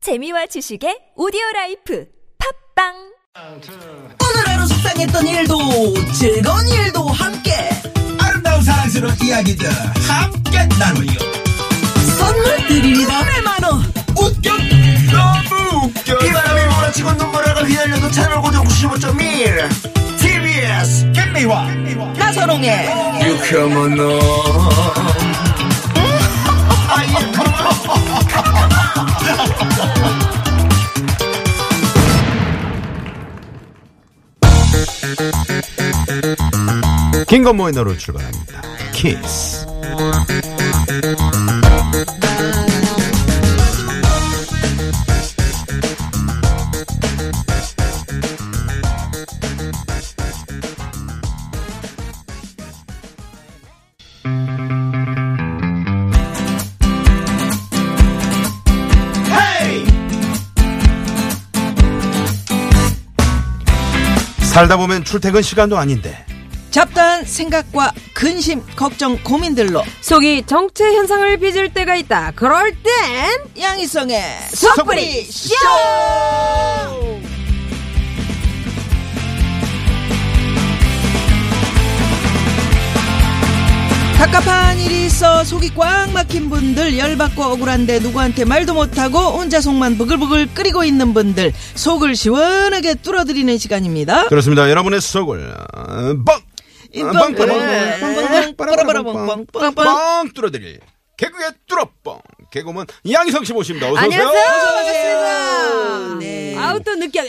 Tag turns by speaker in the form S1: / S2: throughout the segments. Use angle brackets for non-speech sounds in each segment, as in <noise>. S1: 재미와 지식의 오디오 라이프 팝빵!
S2: 오늘 하루 속상했던 일도 즐거운 일도 함께
S3: 아름다운 사랑스러운 이야기들 함께 나누요
S2: 선물 드립니다 100만원
S3: 웃겨 너무 웃겨
S4: 비바람이 몰아치고 눈보라가 휘날려도 채널 고정 95.1 TBS
S3: 캔미와
S2: 나선홍의
S4: 유쾌한 너
S5: 긴건모의 너로 출발합니다. 키스. 살다 보면 출퇴근 시간도 아닌데
S2: 잡다한 생각과 근심 걱정 고민들로
S6: 속이 정체 현상을 빚을 때가 있다. 그럴 땐
S2: 양희성의
S6: 속풀이
S2: 쇼 갑갑한 일이 있어 속이 꽉 막힌 분들 열받고 억울한데 누구한테 말도 못하고 혼자 속만 부글부글 끓이고 있는 분들 속을 시원하게 뚫어드리는 시간입니다
S5: 그렇습니다. 여러분의 속을 어, 뻥
S2: 뻥,
S5: 뻥,
S6: 네.
S2: 네. 뻥, 뻥, 뻥, 뻥, 뻥, 뻥, 뻥.
S5: 뻥 뚫어드릴 개그의 뚫어뻥 개그맨 양희성 씨 모십니다. 어서 오세요.
S6: 안녕하세요.
S2: 어서오세요.
S6: 반갑습니다.
S2: 네. 예.
S6: 아우 또 아, 느껴.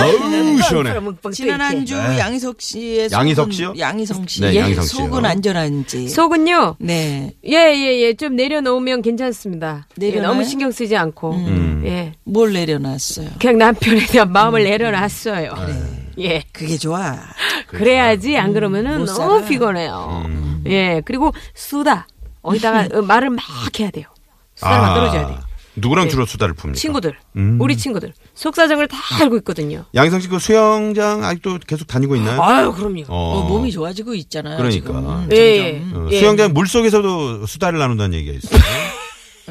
S5: 아우 시원해.
S2: 지난 한 주 양희석 씨의
S5: 네. 양희석
S2: 속은-
S5: 씨요?
S2: 양희성 씨.
S5: 네,
S2: 예,
S5: 양희성 씨요.
S2: 속은 안전한지.
S6: 속은요.
S2: 네.
S6: 예예예 좀 내려놓으면 괜찮습니다. 예,
S2: 내려놔요? 음.
S6: 너무 신경 쓰지 않고
S5: 음.
S6: 예
S2: 뭘 내려놨어요.
S6: 그냥 남편에 대한 마음을 내려놨어요.
S2: 음.
S6: 예
S2: 그게 좋아.
S6: 그래야지 안 그러면은
S2: 못
S6: 너무
S2: 살아.
S6: 피곤해요. 예 그리고 수다 어디다가
S2: <laughs>
S6: 어, 말을 막 해야 돼요. 수다를 만들어줘야 돼. 요
S5: 아, 누구랑
S6: 네.
S5: 주로 수다를 풉니까?
S6: 친구들
S5: 음.
S6: 우리 친구들 속사정을 다 알고 있거든요.
S5: 양희성 씨 그 수영장 아직도 계속 다니고 있나요?
S6: 아유 그럼요.
S2: 어, 몸이 좋아지고 있잖아요.
S5: 그러니까.
S2: 지금. 음.
S6: 예, 예.
S5: 어,
S6: 예.
S5: 수영장 물 속에서도 수다를 나눈다는 얘기가 있어요.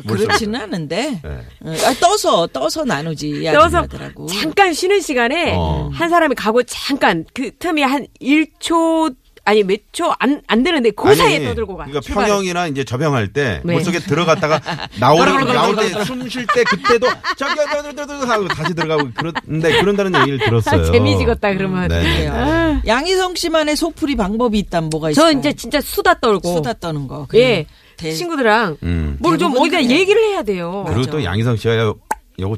S2: 그렇지는 않은데.
S5: 예.
S2: 어, 아, 떠서 떠서 나누지.
S6: 떠서
S2: 하더라고.
S6: 잠깐 쉬는 시간에
S5: 어.
S6: 한 사람이 가고 잠깐 그 틈이 한 1초 아니 몇 초 안 안 되는데 그 사이에 떠들고 가.
S5: 그러니까
S6: 출발.
S5: 평영이나 이제 저병할 때
S6: 네.
S5: 물속에 들어갔다가
S6: <laughs>
S5: 나오는 나올 때 숨 쉴 때 그때도 저기 저기 하고 다시 들어가고 그런데 그런다는 얘기를 들었어요.
S6: <laughs> 재미지겠다 그러면.
S5: 네. 네.
S2: 양희성 씨만의 속풀이 아. 방법이 있다면 뭐가 있어요? 어.
S6: 저 이제 진짜 수다 떨고.
S2: 수다 떠는 거.
S6: 예.
S2: 대-
S6: 친구들랑
S5: 음.
S6: 뭘 좀
S2: 대부분이
S6: 어디다
S2: 그래요.
S6: 얘기를 해야 돼요.
S5: 그리고 또 양희성 씨가 요- 요거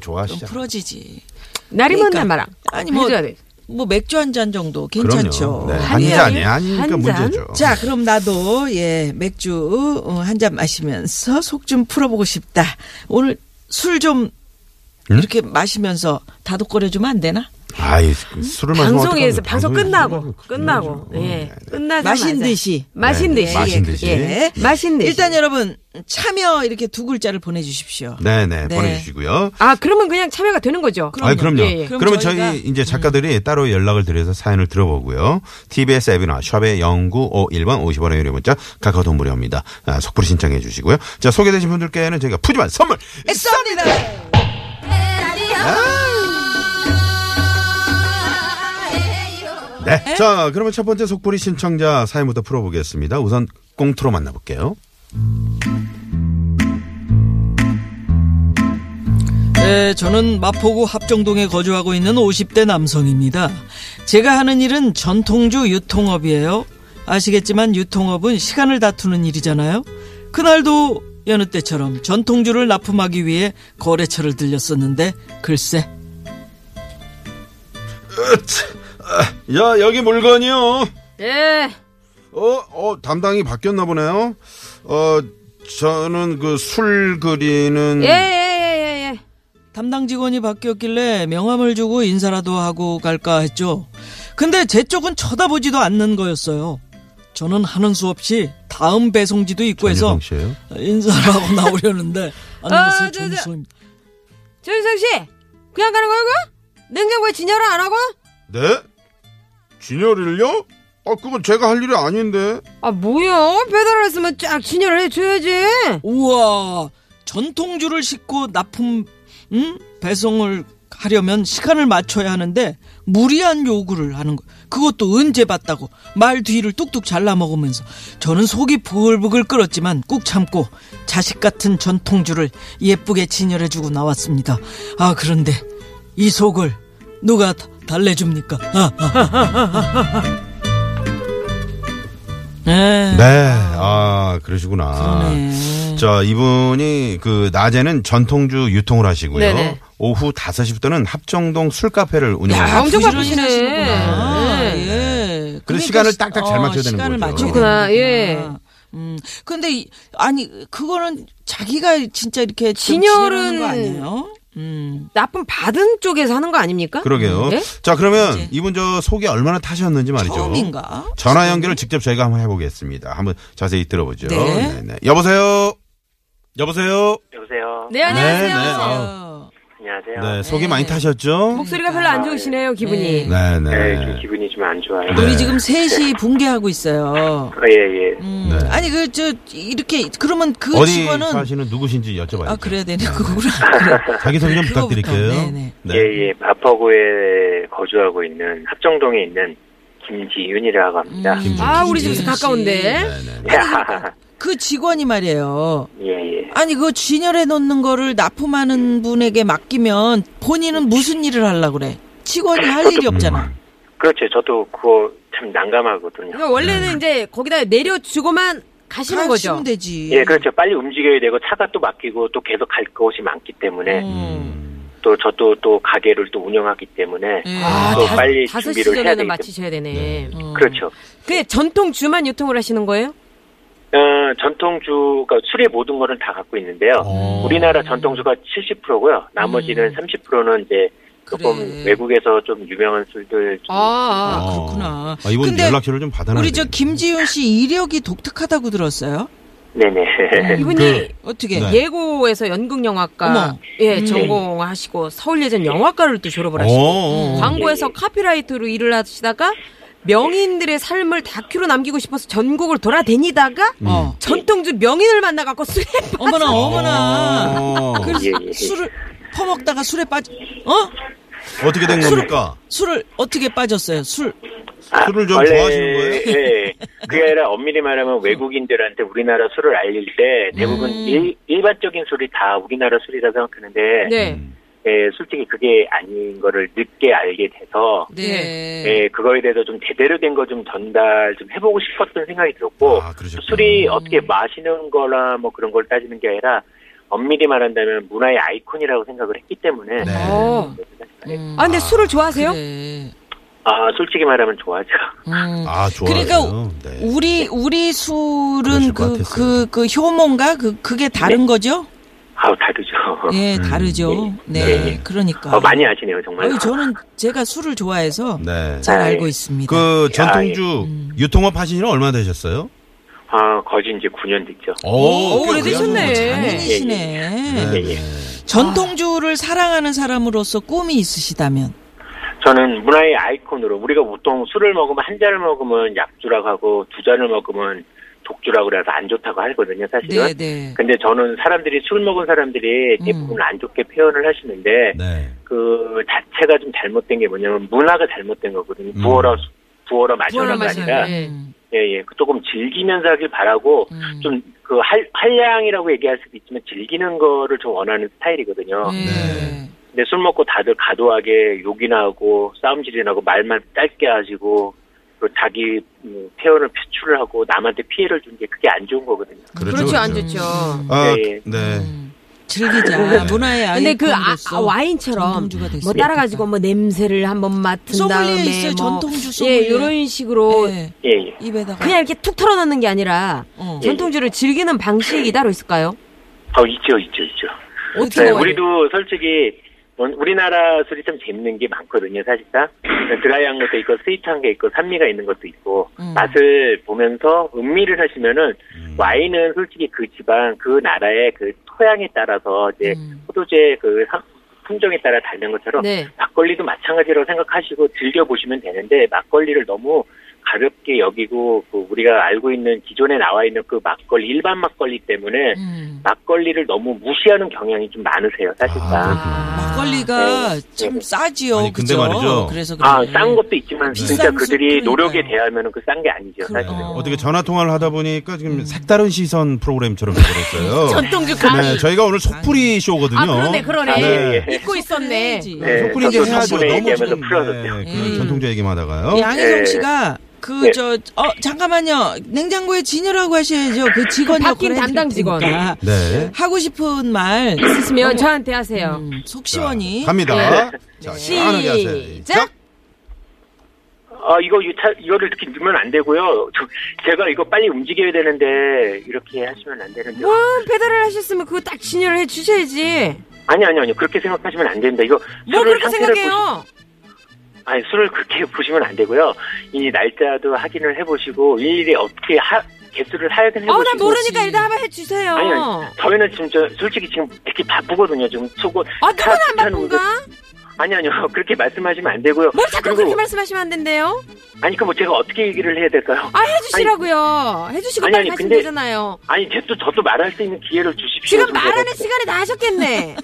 S2: 좀
S5: 좋아하시죠.
S2: 풀어지지.
S6: 날이면
S2: 그러니까.
S6: 날마랑.
S2: 아니 뭐,
S6: 해줘야 돼.
S2: 뭐 맥주 한 잔 정도 괜찮죠.
S5: 그럼요. 네.
S6: 한 잔.
S5: 한잔이 아니니까
S6: 한 잔.
S5: 문제죠.
S2: 자, 그럼 나도 예 맥주 어, 한 잔 마시면서 속 좀 풀어보고 싶다. 오늘 술 좀 이렇게 마시면서 다독거려주면 안 되나?
S5: 아이 술을 마시면
S6: 방송에서
S5: 어떡합니까?
S6: 방송 끝나고 끝나고
S5: 뭐 그래야죠. 네,
S6: 예 끝나자마자
S2: 마신 듯이.
S6: 마신 듯이
S5: 마신 듯이.
S6: 예. 마신 듯이
S2: 일단 여러분 참여 이렇게 두 글자를 보내주십시오.
S5: 네네
S2: 네.
S5: 보내주시고요.
S6: 아 그러면 그냥 참여가 되는 거죠
S5: 아, 그럼요.
S6: 예, 예.
S5: 그러면,
S2: 그럼
S5: 저희
S2: 저희가-
S5: 이제 작가들이 따로 연락을 드려서 사연을 들어보고요. TBS 앱이나 샵의 0951번 50원의 유료 문자 카카오톡 무료입니다. 아, 속풀이 신청해 주시고요. 자, 소개되신 분들께는 저희가 푸짐한 선물
S2: 쏩니다.
S5: 네. 자, 그러면 첫 번째 속보리 신청자 사연부터 풀어보겠습니다. 우선 꽁트로 만나볼게요.
S2: 네, 저는 마포구 합정동에 거주하고 있는 50대 남성입니다. 제가 하는 일은 전통주 유통업이에요. 아시겠지만 유통업은 시간을 다투는 일이잖아요. 그날도 여느 때처럼 전통주를 납품하기 위해 거래처를 들렸었는데 글쎄
S5: 으츠. 아, 야, 여기 물건이요.
S6: 예.
S5: 어, 어, 담당이 바뀌었나 보네요. 어, 저는 그 술 그리는
S6: 예, 예, 예, 예, 예.
S2: 담당 직원이 바뀌었길래 명함을 주고 인사라도 하고 갈까 했죠. 근데 제 쪽은 쳐다보지도 않는 거였어요. 저는 하는 수 없이 다음 배송지도 입고 해서
S5: 전유성 씨예요?
S2: 인사를 하고 나오려는데 안녕하세요
S6: 아, 저, 저.
S2: 전수입니다.
S6: 조윤성 씨, 그냥 가는 거야, 이거? 냉장고에 진열을 안 하고?
S5: 네? 진열을요? 아, 그건 제가 할 일이 아닌데.
S6: 아, 뭐야? 배달을 했으면 쫙 진열을 해줘야지.
S2: 우와 전통주를 싣고 납품 음? 배송을 하려면 시간을 맞춰야 하는데 무리한 요구를 하는 거. 그것도 언제 봤다고 말 뒤를 뚝뚝 잘라 먹으면서 저는 속이 부글부글 끓었지만 꾹 참고 자식 같은 전통주를 예쁘게 진열해주고 나왔습니다. 아 그런데 이 속을 누가 다- 달래줍니까? 아, 아, 아, 아, 아. 에,
S5: 네, 아 그러시구나.
S2: 그러네.
S5: 자 이분이 그 낮에는 전통주 유통을 하시고요.
S6: 네네.
S5: 오후 5시부터는 합정동 술카페를 운영하고
S6: 엄청
S2: 부지런히
S6: 바쁘시네.
S2: 하시는구나.
S6: 네.
S2: 예.
S5: 그래서
S2: 그러니까
S5: 시간을
S2: 예. 시-
S5: 딱딱 잘
S2: 어,
S5: 맞춰야 되는
S2: 시간을
S5: 거죠.
S2: 맞춰야
S6: 그렇구나,
S2: 되는구나.
S6: 예.
S2: 음. 근데 이- 아니 그거는 자기가 진짜 이렇게 좀
S6: 진열은-
S2: 진열하는 거 아니에요? 음.
S6: 나쁜 받은 쪽에서 하는 거 아닙니까?
S5: 그러게요.
S6: 네?
S5: 자 그러면 이분 저 속이 얼마나 타셨는지 말이죠.
S2: 처음인가?
S5: 전화 연결을 직접 저희가 한번 해보겠습니다. 한번 자세히 들어보죠.
S2: 네.
S5: 네네. 여보세요. 여보세요.
S7: 여보세요.
S6: 네, 안녕하세요.
S5: 네, 네.
S2: 어.
S7: 안녕하세요.
S5: 네, 속이 많이 타셨죠?
S6: 목소리가 별로 안 좋으시네요, 기분이.
S5: 네네.
S7: 네, 좀 기분이 좀 안 좋아요.
S5: 네.
S2: 우리 지금 셋이 붕괴하고 있어요.
S7: 아, 예, 예.
S2: 음.
S5: 네.
S2: 아니 그 저 이렇게 그러면 그
S5: 어디
S2: 직원은
S5: 사시는 누구신지 여쭤봐요.
S2: 아 그래야 되는 거구나. 그래.
S5: 자기 소개 좀
S2: 그거부터.
S5: 부탁드릴게요.
S2: 네네.
S5: 네.
S7: 예, 예. 마포구에 거주하고 있는 합정동에 있는 김지윤이라고 합니다.
S2: 음.
S6: 아, 우리 집에서
S2: 김지은 씨.
S6: 가까운데.
S5: 네. 네네.
S7: 야,
S2: 그 직원이 말이에요.
S7: 예, <laughs> 예.
S2: 아니 그 진열해 놓는 거를 납품하는 분에게 맡기면 본인은 무슨 일을 하려고 그래? 직원이 할 일이 없잖아.
S7: 그렇죠. 저도 그거 참 난감하거든요.
S6: 그러니까 원래는
S5: 네.
S6: 이제 거기다 내려주고만
S5: 아,
S6: 가시는 거죠.
S2: 가시면 되지.
S7: 예, 그렇죠. 빨리 움직여야 되고 차가 또 막히고 또 계속 갈 곳이 많기 때문에
S2: 음.
S7: 또 저도 또 가게를 또 운영하기 때문에
S2: 예.
S6: 아,
S5: 네.
S7: 또
S6: 다,
S7: 빨리
S6: 다섯 시
S7: 준비를 해야
S6: 전에는
S7: 되기
S6: 마치셔야 되네.
S2: 음.
S7: 때문에. 그렇죠.
S6: 근데 전통 주만 유통을 하시는 거예요?
S7: 어, 전통주, 그러니까 술의 모든 거는 다 갖고 있는데요.
S5: 어.
S7: 우리나라 전통주가 70%고요. 나머지는 30%는 이제 조금
S2: 음. 그래.
S7: 외국에서 좀 유명한 술들 좀
S6: 아, 아.
S5: 어.
S2: 그렇구나.
S5: 아, 이분
S2: 근데
S5: 연락처를 좀 받아놔야
S2: 우리 저
S5: 되겠네.
S2: 김지윤 씨 이력이 독특하다고 들었어요.
S7: 네네.
S2: 음.
S6: 이분이
S2: 어떻게?
S5: 네.
S6: 예고에서 연극영화과
S2: 어머. 음.
S6: 예 전공하시고 서울예전 영화과를 또 졸업을 하시고
S2: 음.
S5: 어, 어.
S6: 광고에서 카피라이터로 일을 하시다가 명인들의 삶을 다큐로 남기고 싶어서 전국을 돌아다니다가
S5: 음.
S2: 어.
S6: 전통주 명인을 만나갖고 술에 <laughs>
S2: 어머나 어머나.
S5: 어.
S2: 그래서
S7: 예, 예.
S2: 술을 퍼먹다가 술에 빠져. 어?
S5: 어떻게 된 겁니까?
S2: 술을 어떻게 빠졌어요? 술.
S5: 술을 좀 좋아하시는 거예요?
S7: 예. 아, 그게 아니라 엄밀히 말하면 외국인들한테 우리나라 술을 알릴 때 대부분
S2: 음.
S7: 일, 일반적인 술이 다 우리나라 술이라 생각하는데
S5: 음.
S6: 네
S7: 예, 솔직히 그게 아닌 거를 늦게 알게 돼서
S2: 네.
S7: 예, 그거에 대해서 좀 제대로 된 거 좀 전달 좀 해보고 싶었던 생각이 들었고
S5: 아, 그러셨구나.
S7: 뭐, 술이
S2: 음.
S7: 어떻게 마시는 거나 뭐 그런 걸 따지는 게 아니라 엄밀히 말한다면 문화의 아이콘이라고 생각을 했기 때문에
S5: 네.
S6: 어.
S7: 예.
S2: 음.
S6: 아 근데 술을 좋아하세요?
S2: 그래.
S7: 아 솔직히 말하면 좋아하죠. <laughs>
S2: 음.
S5: 아, 좋아요.
S2: 그러니까
S5: 네.
S2: 우리 우리 술은
S5: 그러실 것
S2: 그
S5: 같았어요.
S2: 그 그 효모인가 그 그게
S7: 네.
S2: 다른 거죠?
S7: 아우 다르죠.
S5: 음.
S2: 예, 다르죠. 네,
S5: 네.
S2: 그러니까.
S7: 어, 많이 아시네요 정말.
S2: 아니, 저는 제가 술을 좋아해서
S5: 네.
S2: 잘
S7: 아,
S2: 알고
S7: 예.
S2: 있습니다.
S5: 그 전통주
S7: 아,
S2: 음.
S5: 유통업 하신 지는 얼마나 되셨어요?
S7: 아 거진 이제 9년 됐죠.
S2: 어,
S5: 어, 오,
S6: 꽤 오래되셨네.
S2: 장인이시네.
S7: 예, 예.
S2: 전통주를 사랑하는 사람으로서 꿈이 있으시다면.
S7: 저는 문화의 아이콘으로 우리가 보통 술을 먹으면 한 잔을 먹으면 약주라고 하고 두 잔을 먹으면 독주라고 그래서 안 좋다고 하거든요 사실은. 그
S2: 네, 음. 네.
S7: 근데 저는 사람들이 술 먹은 사람들이 대부분 안 좋게 표현을 하시는데
S5: 네.
S7: 그 자체가 좀 잘못된 게 뭐냐면 문화가 잘못된 거거든요. 부어라 수- 부어라 마셔라가
S6: 부어라 마셔라,
S7: 아니라
S6: 네.
S2: 음.
S7: 예예 그 조금 즐기면서 하길 바라고 좀 그 한량이라고 얘기할 수도 있지만 즐기는 거를 좀 원하는 스타일이거든요.
S2: 네.
S7: 근데 술 먹고 다들 과도하게 욕이나 하고 싸움질이나 하고 말만 짧게 하시고 그 자기 음, 표현을 표출을 하고 남한테 피해를 준 게 그게 안 좋은 거거든요.
S5: 그렇죠.
S6: 그렇죠 안
S5: 그렇죠.
S6: 좋죠.
S5: 아,
S7: 예, 예.
S5: 네.
S2: 음. 즐기자. 문화의 아이.
S6: 근데 그 아, 아, 와인처럼
S2: 전통주가 네. 됐으면
S6: 뭐 따라가지고 뭐 냄새를 한번 맡은
S2: 예. 소믈리에
S6: 다음에
S2: 있어요,
S6: 뭐
S2: 전통주
S6: 예
S2: 소믈리에.
S6: 이런 식으로
S2: 네.
S7: 예, 예.
S2: 입에다가.
S6: 뭐 그냥 이렇게 툭 털어놓는 게 아니라
S2: 어.
S6: 전통주를 즐기는 방식이 따로 있을까요?
S7: 어 있죠 있죠 있죠.
S6: 어떻게
S7: 네,
S6: 먹어야 돼요?
S7: 우리도 솔직히 원- 우리나라 술이 참 재밌는 게 많거든요, 사실상. 그러니까 드라이한 것도 있고, 스윗한 게 있고, 산미가 있는 것도 있고,
S6: 음.
S7: 맛을 보면서 음미를 하시면은, 와인은 솔직히 그 지방, 그 나라의 그 토양에 따라서, 이제,
S6: 음.
S7: 포도주의 그 상- 품종에 따라 다른 것처럼,
S6: 네.
S7: 막걸리도 마찬가지로 생각하시고 즐겨보시면 되는데, 막걸리를 너무 가볍게 여기고 그 우리가 알고 있는 기존에 나와 있는 그 막걸리 일반 막걸리 때문에
S2: 음.
S7: 막걸리를 너무 무시하는 경향이 좀 많으세요
S5: 아,
S7: 사실상.
S2: 아. 막걸리가
S7: 네.
S2: 참 싸지요.
S5: 아니, 근데
S2: 그죠?
S5: 말이죠.
S2: 그래서 그래.
S7: 아, 싼 것도 있지만 진짜
S2: 비싼
S7: 그들이
S2: 술이니까요.
S7: 노력에 대하면 그 싼 게 아니죠,
S5: 그렇죠.
S2: 그래요.
S7: 사실은.
S5: 어떻게 전화 통화를 하다 보니까 지금 색다른 시선 프로그램처럼 되버렸어요.
S6: 전통주 강의.
S5: 네, 저희가 오늘 속풀이 쇼거든요.
S6: 아 그러네 그러네.
S5: 네.
S6: 잊고 있었네.
S2: 해야지.
S7: 네.
S5: 속풀이 이제
S7: 저도
S5: 해야죠.
S7: 덕분에
S5: 너무
S7: 얘기하면서
S5: 지금
S7: 풀어졌죠.
S5: 네, 그런 전통주 얘기만 하다가요.
S2: 양혜성
S7: 예.
S2: 씨가 그
S7: 예.
S2: 저 어 잠깐만요 냉장고에 진이라고 하셔야죠 그 직원
S6: 바뀐
S2: 역할을 해드릴
S6: 담당 직원.
S2: 테니까.
S5: 네.
S2: 하고 싶은 말
S6: 있으면 저한테 하세요.
S2: 음, 속시원히
S5: 갑니다. 자, 시원하게 하세요.
S6: 시작.
S7: 아, 이거, 유타, 이거를 이렇게 넣으면 안 되고요. 저- 제가 이거 빨리 움직여야 되는데, 이렇게 하시면 안 되는데.
S6: 와 배달을 음, 하셨으면 그거 딱 진열을 해 주셔야지.
S7: 아니, 아니, 아니. 그렇게 생각하시면 안 됩니다. 이거.
S6: 뭘뭐
S7: 술을
S6: 그렇게
S7: 상태를
S6: 생각해요?
S7: 보시- 아니, 술을 그렇게 <laughs> 보시면 안 되고요. 이 날짜도 확인을 해보시고, 일일이 어떻게 하, 개수를 하여튼 해보시고.
S6: 아, 어나 모르니까 일단 한번 해 주세요.
S7: 아니, 아니. 저희는 지금, 저, 솔직히 지금 되게 바쁘거든요. 지금 수고.
S6: 아 누구나 안
S7: 다 귀찮은
S6: 바쁜가?
S7: 아니, 아니요. <laughs> 그렇게 말씀하시면 안 되고요.
S6: 뭘 자꾸
S7: 그리고-
S6: 그렇게 말씀하시면 안 된대요?
S7: 아니, 그럼 뭐 제가 어떻게 얘기를 해야 될까요?
S6: 아 해주시라고요. 해주시고
S7: 아니,
S6: 빨리
S7: 아니,
S6: 하시면
S7: 근데-
S6: 되잖아요.
S7: 아니, 쟤도 저도 말할 수 있는 기회를 주십시오.
S6: 지금
S7: 좀
S6: 말하는
S7: 제가-
S6: 시간에 다 하셨겠네.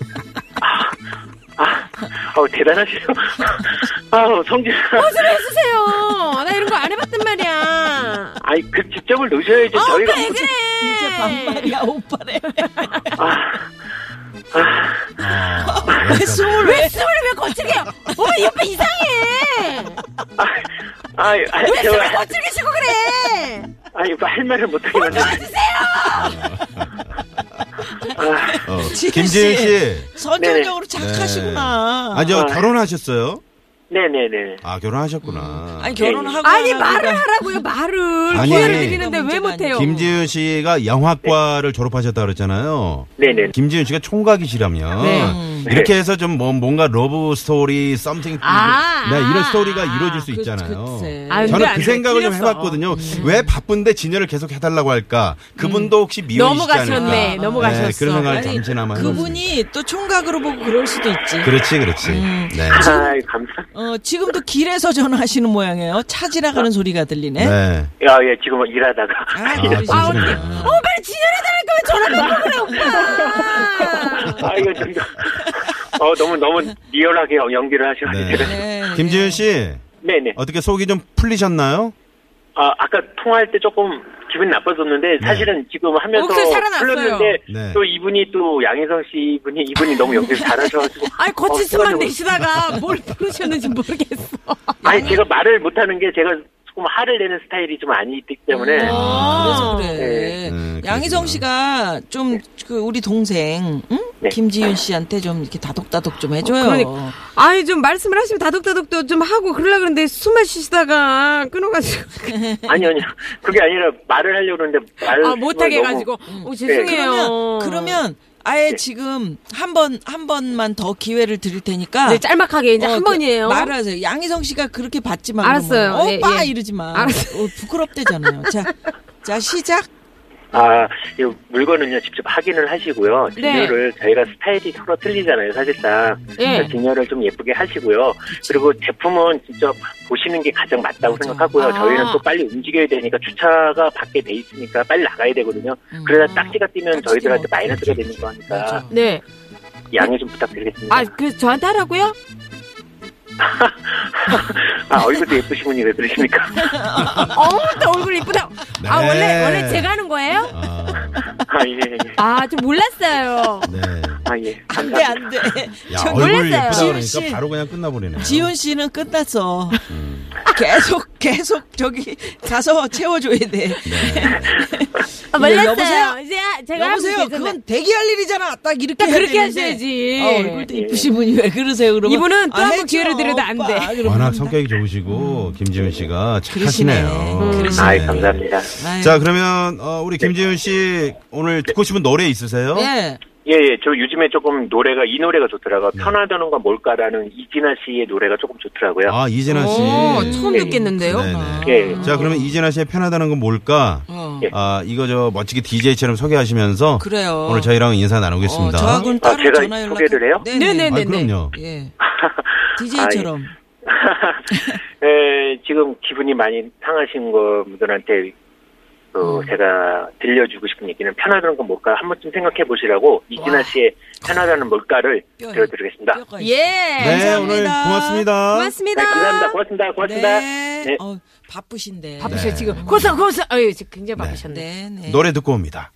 S7: 아, <laughs> 어, 대단하세요. <laughs> 아우,
S6: <laughs>
S7: 성질.
S6: 좀 해주세요. 나 이런 거 안 해봤단 말이야.
S7: 아니, 그 지점을 넣으셔야지
S6: 아
S7: 저희가.
S6: 오빠 왜 그래?
S2: 이제 네. 반말이야 오빠래
S5: 아,
S2: 숨을
S6: 왜 숨을 왜 거칠게 해요? 오빠 이 오빠 이상해.
S7: 아, 아, 아,
S6: 왜
S7: 제가,
S6: 숨을 거칠게 쉬고 그래?
S7: 아니, 뭐할 말을 못하게
S6: 아,
S7: 만드네.
S5: 어,
S2: 지혜
S5: 김지은
S2: 씨.
S5: 씨.
S2: 선천적으로
S5: 네.
S2: 착하시구나
S5: 아니, 저 결혼하셨어요?
S7: 네네네.
S5: 아, 결혼하셨구나.
S2: 음. 아니, 결혼하고
S6: 아니
S2: 하라니까.
S6: 말을 하라고요 말을
S5: 아니,
S6: 기회를
S5: 아니.
S6: 드리는데 왜
S2: 문제가
S6: 못해요?
S5: 김지은 씨가 영화과를 졸업하셨다 그랬잖아요.
S7: 네네.
S5: 김지은 씨가 총각이시라면
S7: 네.
S5: 이렇게 해서 좀 뭐, 뭔가 러브 스토리, 썸띵
S6: 아,
S5: 네,
S6: 아,
S5: 이런 스토리가
S6: 아,
S5: 이루어질 수
S2: 그-
S5: 있잖아요.
S2: 글쎄.
S6: 아, 근데
S5: 저는
S6: 안 음.
S5: 그 생각을 좀
S6: 틀렸어.
S5: 해봤거든요. 왜 바쁜데 진열을 계속 해달라고 할까? 그분도 혹시 미혼이시지 않을까?
S6: 음. 넘어가셨네, 넘어가셨어.
S5: 네, 그런 생각을
S2: 아니,
S5: 잠시나마 해봤습니다.
S2: 그분이 또 총각으로 보고 그럴 수도 있지
S5: 그렇지, 그렇지.
S6: 음.
S5: 네.
S7: 아, 감사.
S2: 어, 지금도 길에서 전화하시는 모양이에요 차 지나가는 소리가 들리네
S5: 네.
S7: 야, 예, 지금 일하다가.
S2: 아,
S5: 아,
S2: 그러시구나.
S5: 그러시구나.
S6: 어 빨리 진열해달라니까 왜 전화를 받고 그래
S2: <laughs>
S6: 오빠?
S7: 아, 이거 좀. 어, 너무, 너무 리얼하게 연기를 하셔가지고.
S5: 네.
S2: 네,
S5: 김지은 씨,
S7: 네네.
S5: 어떻게 속이 좀 풀리셨나요?
S7: 아, 아까 통화할 때 조금 기분 나빴었는데 사실은 지금 하면서
S6: 목소리 살아났어요.
S7: 풀렸는데
S5: 네.
S7: 또 이분이 또 양혜성 씨 이분이 이분이 너무 연기를 잘하셔가지고
S6: <laughs> 아니
S7: 어,
S6: 거친 수만
S7: 순간적으로-
S6: 내시다가 뭘 부르셨는지 모르겠어.
S7: 아니 제가 말을 못하는 게 제가 조금 화를 내는 스타일이 좀 아니기 때문에
S6: 음.
S2: 어, 그래서 그래.
S7: 네.
S5: 네,
S2: 양희성
S5: 그러시구나.
S2: 씨가
S6: 네.
S2: 좀 그 우리 동생 응?
S7: 네.
S2: 김지윤 씨한테 좀 이렇게 다독다독 좀 해줘요.
S6: 그러니까. 아니 좀 말씀을 하시면 다독다독도 좀 하고 그러려 그러는데 숨만 쉬시다가 끊어가지고
S7: 네. 아니 아니 그게 아니라 말을 하려고 하는데 말을
S6: 아 못하게
S7: 너무-
S6: 해가지고 어, 죄송해요. 네.
S2: 그러면 그러면 아예 지금 한 번 한 번만 더 기회를 드릴 테니까
S6: 네, 짤막하게 이제
S2: 어,
S6: 한
S2: 그
S6: 번이에요.
S2: 말하세요. 양희성 씨가 그렇게 받지만
S6: 알았어요.
S2: 그러면
S6: 예,
S2: 오빠
S6: 예.
S2: 이러지 마.
S6: 알았어요.
S2: 어, 부끄럽대잖아요. 자, 자 시작.
S7: 아, 이 물건은요 직접 확인을 하시고요.
S6: 네.
S7: 진열을 저희가 스타일이 서로 틀리잖아요, 사실상. 그러니까 진열을 좀 예쁘게 하시고요. 그리고 제품은 직접 보시는 게 가장 맞다고
S2: 맞아.
S7: 생각하고요.
S6: 아.
S7: 저희는 또 빨리 움직여야 되니까 주차가 밖에 돼 있으니까 빨리 나가야 되거든요. 그러다 딱지가 뛰면
S2: 딱지
S7: 저희들한테
S2: 뛰면
S7: 마이너스가
S5: 어떡해.
S7: 되는 거니까
S2: 맞아.
S6: 네.
S7: 양해 좀 부탁드리겠습니다.
S6: 아
S7: 아,
S6: 그래서 저한테 하라고요?
S7: 아, 얼굴도 예쁘신 분이 왜 그러십니까?
S6: 어우 또 얼굴 이쁘다. 아
S5: 네.
S6: 원래 원래 제가 하는 거예요?
S5: 아,
S7: 아, 예, 예.
S6: 아 좀 몰랐어요.
S5: 네.
S7: 아, 예.
S2: 안돼
S7: 감사합니다.
S2: 안돼.
S5: 야,
S2: 전
S5: 얼굴
S6: 놀랐어요.
S5: 예쁘다
S2: 지은
S5: 그러니까
S2: 씨.
S5: 바로 그냥 끝나버리네.
S2: 지윤 씨는 끝났어. 계속 계속 저기 가서 채워줘야 돼.
S5: 네.
S6: 아,
S2: 예,
S6: 몰랐어요.
S2: 여보세요?
S6: 이제 제가
S2: 여보세요.
S6: 하면 되잖아요.
S2: 그건 대기할 일이잖아. 딱 이렇게
S6: 딱
S2: 해야
S6: 그렇게
S2: 되는데.
S6: 하셔야지. 예.
S2: 아, 얼굴도 이쁘신 분이 왜 그러세요? 그러면
S6: 이분은 또
S2: 아,
S6: 한번
S2: 해줘,
S6: 기회를 드려도 안
S2: 오빠. 아,
S6: 돼.
S2: 그러면
S5: 워낙
S2: 한다. 음.
S5: 성격이 좋으시고 김지훈 씨가
S2: 그러시네.
S5: 착하시네요.
S2: 그러시네.
S7: 아이, 감사합니다.
S2: 아유.
S5: 자 그러면 어, 우리 김지훈 씨 오늘 듣고 싶은 노래 있으세요?
S2: 예.
S7: 예, 예. 저 요즘에 조금 노래가, 이 노래가 좋더라고요. 편하다는 건 뭘까라는 이진아 씨의 노래가 조금 좋더라고요.
S5: 아 이진아 씨.
S6: 오, 처음
S7: 네.
S6: 듣겠는데요.
S5: 네네.
S7: 예.
S5: 자 그러면 이진아 씨의 편하다는 건 뭘까?
S2: 아. 어.
S5: 아 이거 저 멋지게 DJ처럼 소개하시면서
S2: 그래요.
S5: 오늘 저희랑 인사
S2: 어,
S5: 나누겠습니다.
S2: 저하고는
S7: 아,
S2: 따로
S7: 제가
S2: 전화 연락. 네,
S7: 소개를 해요? <laughs>
S2: 네네.
S5: 아, 그럼요.
S2: 예. DJ처럼.
S7: 아, 예, 지금 기분이 많이 상하신 거 분들한테 그 제가 들려주고 싶은 얘기는 편하다는 건 뭘까 한 번쯤 생각해 보시라고 이진아 씨의 편하다는 뭘까를
S2: 뼈-
S7: 들려드리겠습니다.
S2: 뼈가
S6: 예,
S5: 네, 오늘 고맙습니다.
S6: 고맙습니다.
S7: 네, 감사합니다. 고맙습니다. 고맙습니다.
S2: 네.
S7: 네.
S2: 어, 바쁘신데.
S6: 바쁘셔 요 지금. 고맙습니다. 고맙습니다. 아유, 지금 굉장히
S5: 네.
S6: 바쁘셨네.
S2: 네, 네.
S5: 노래 듣고 옵니다.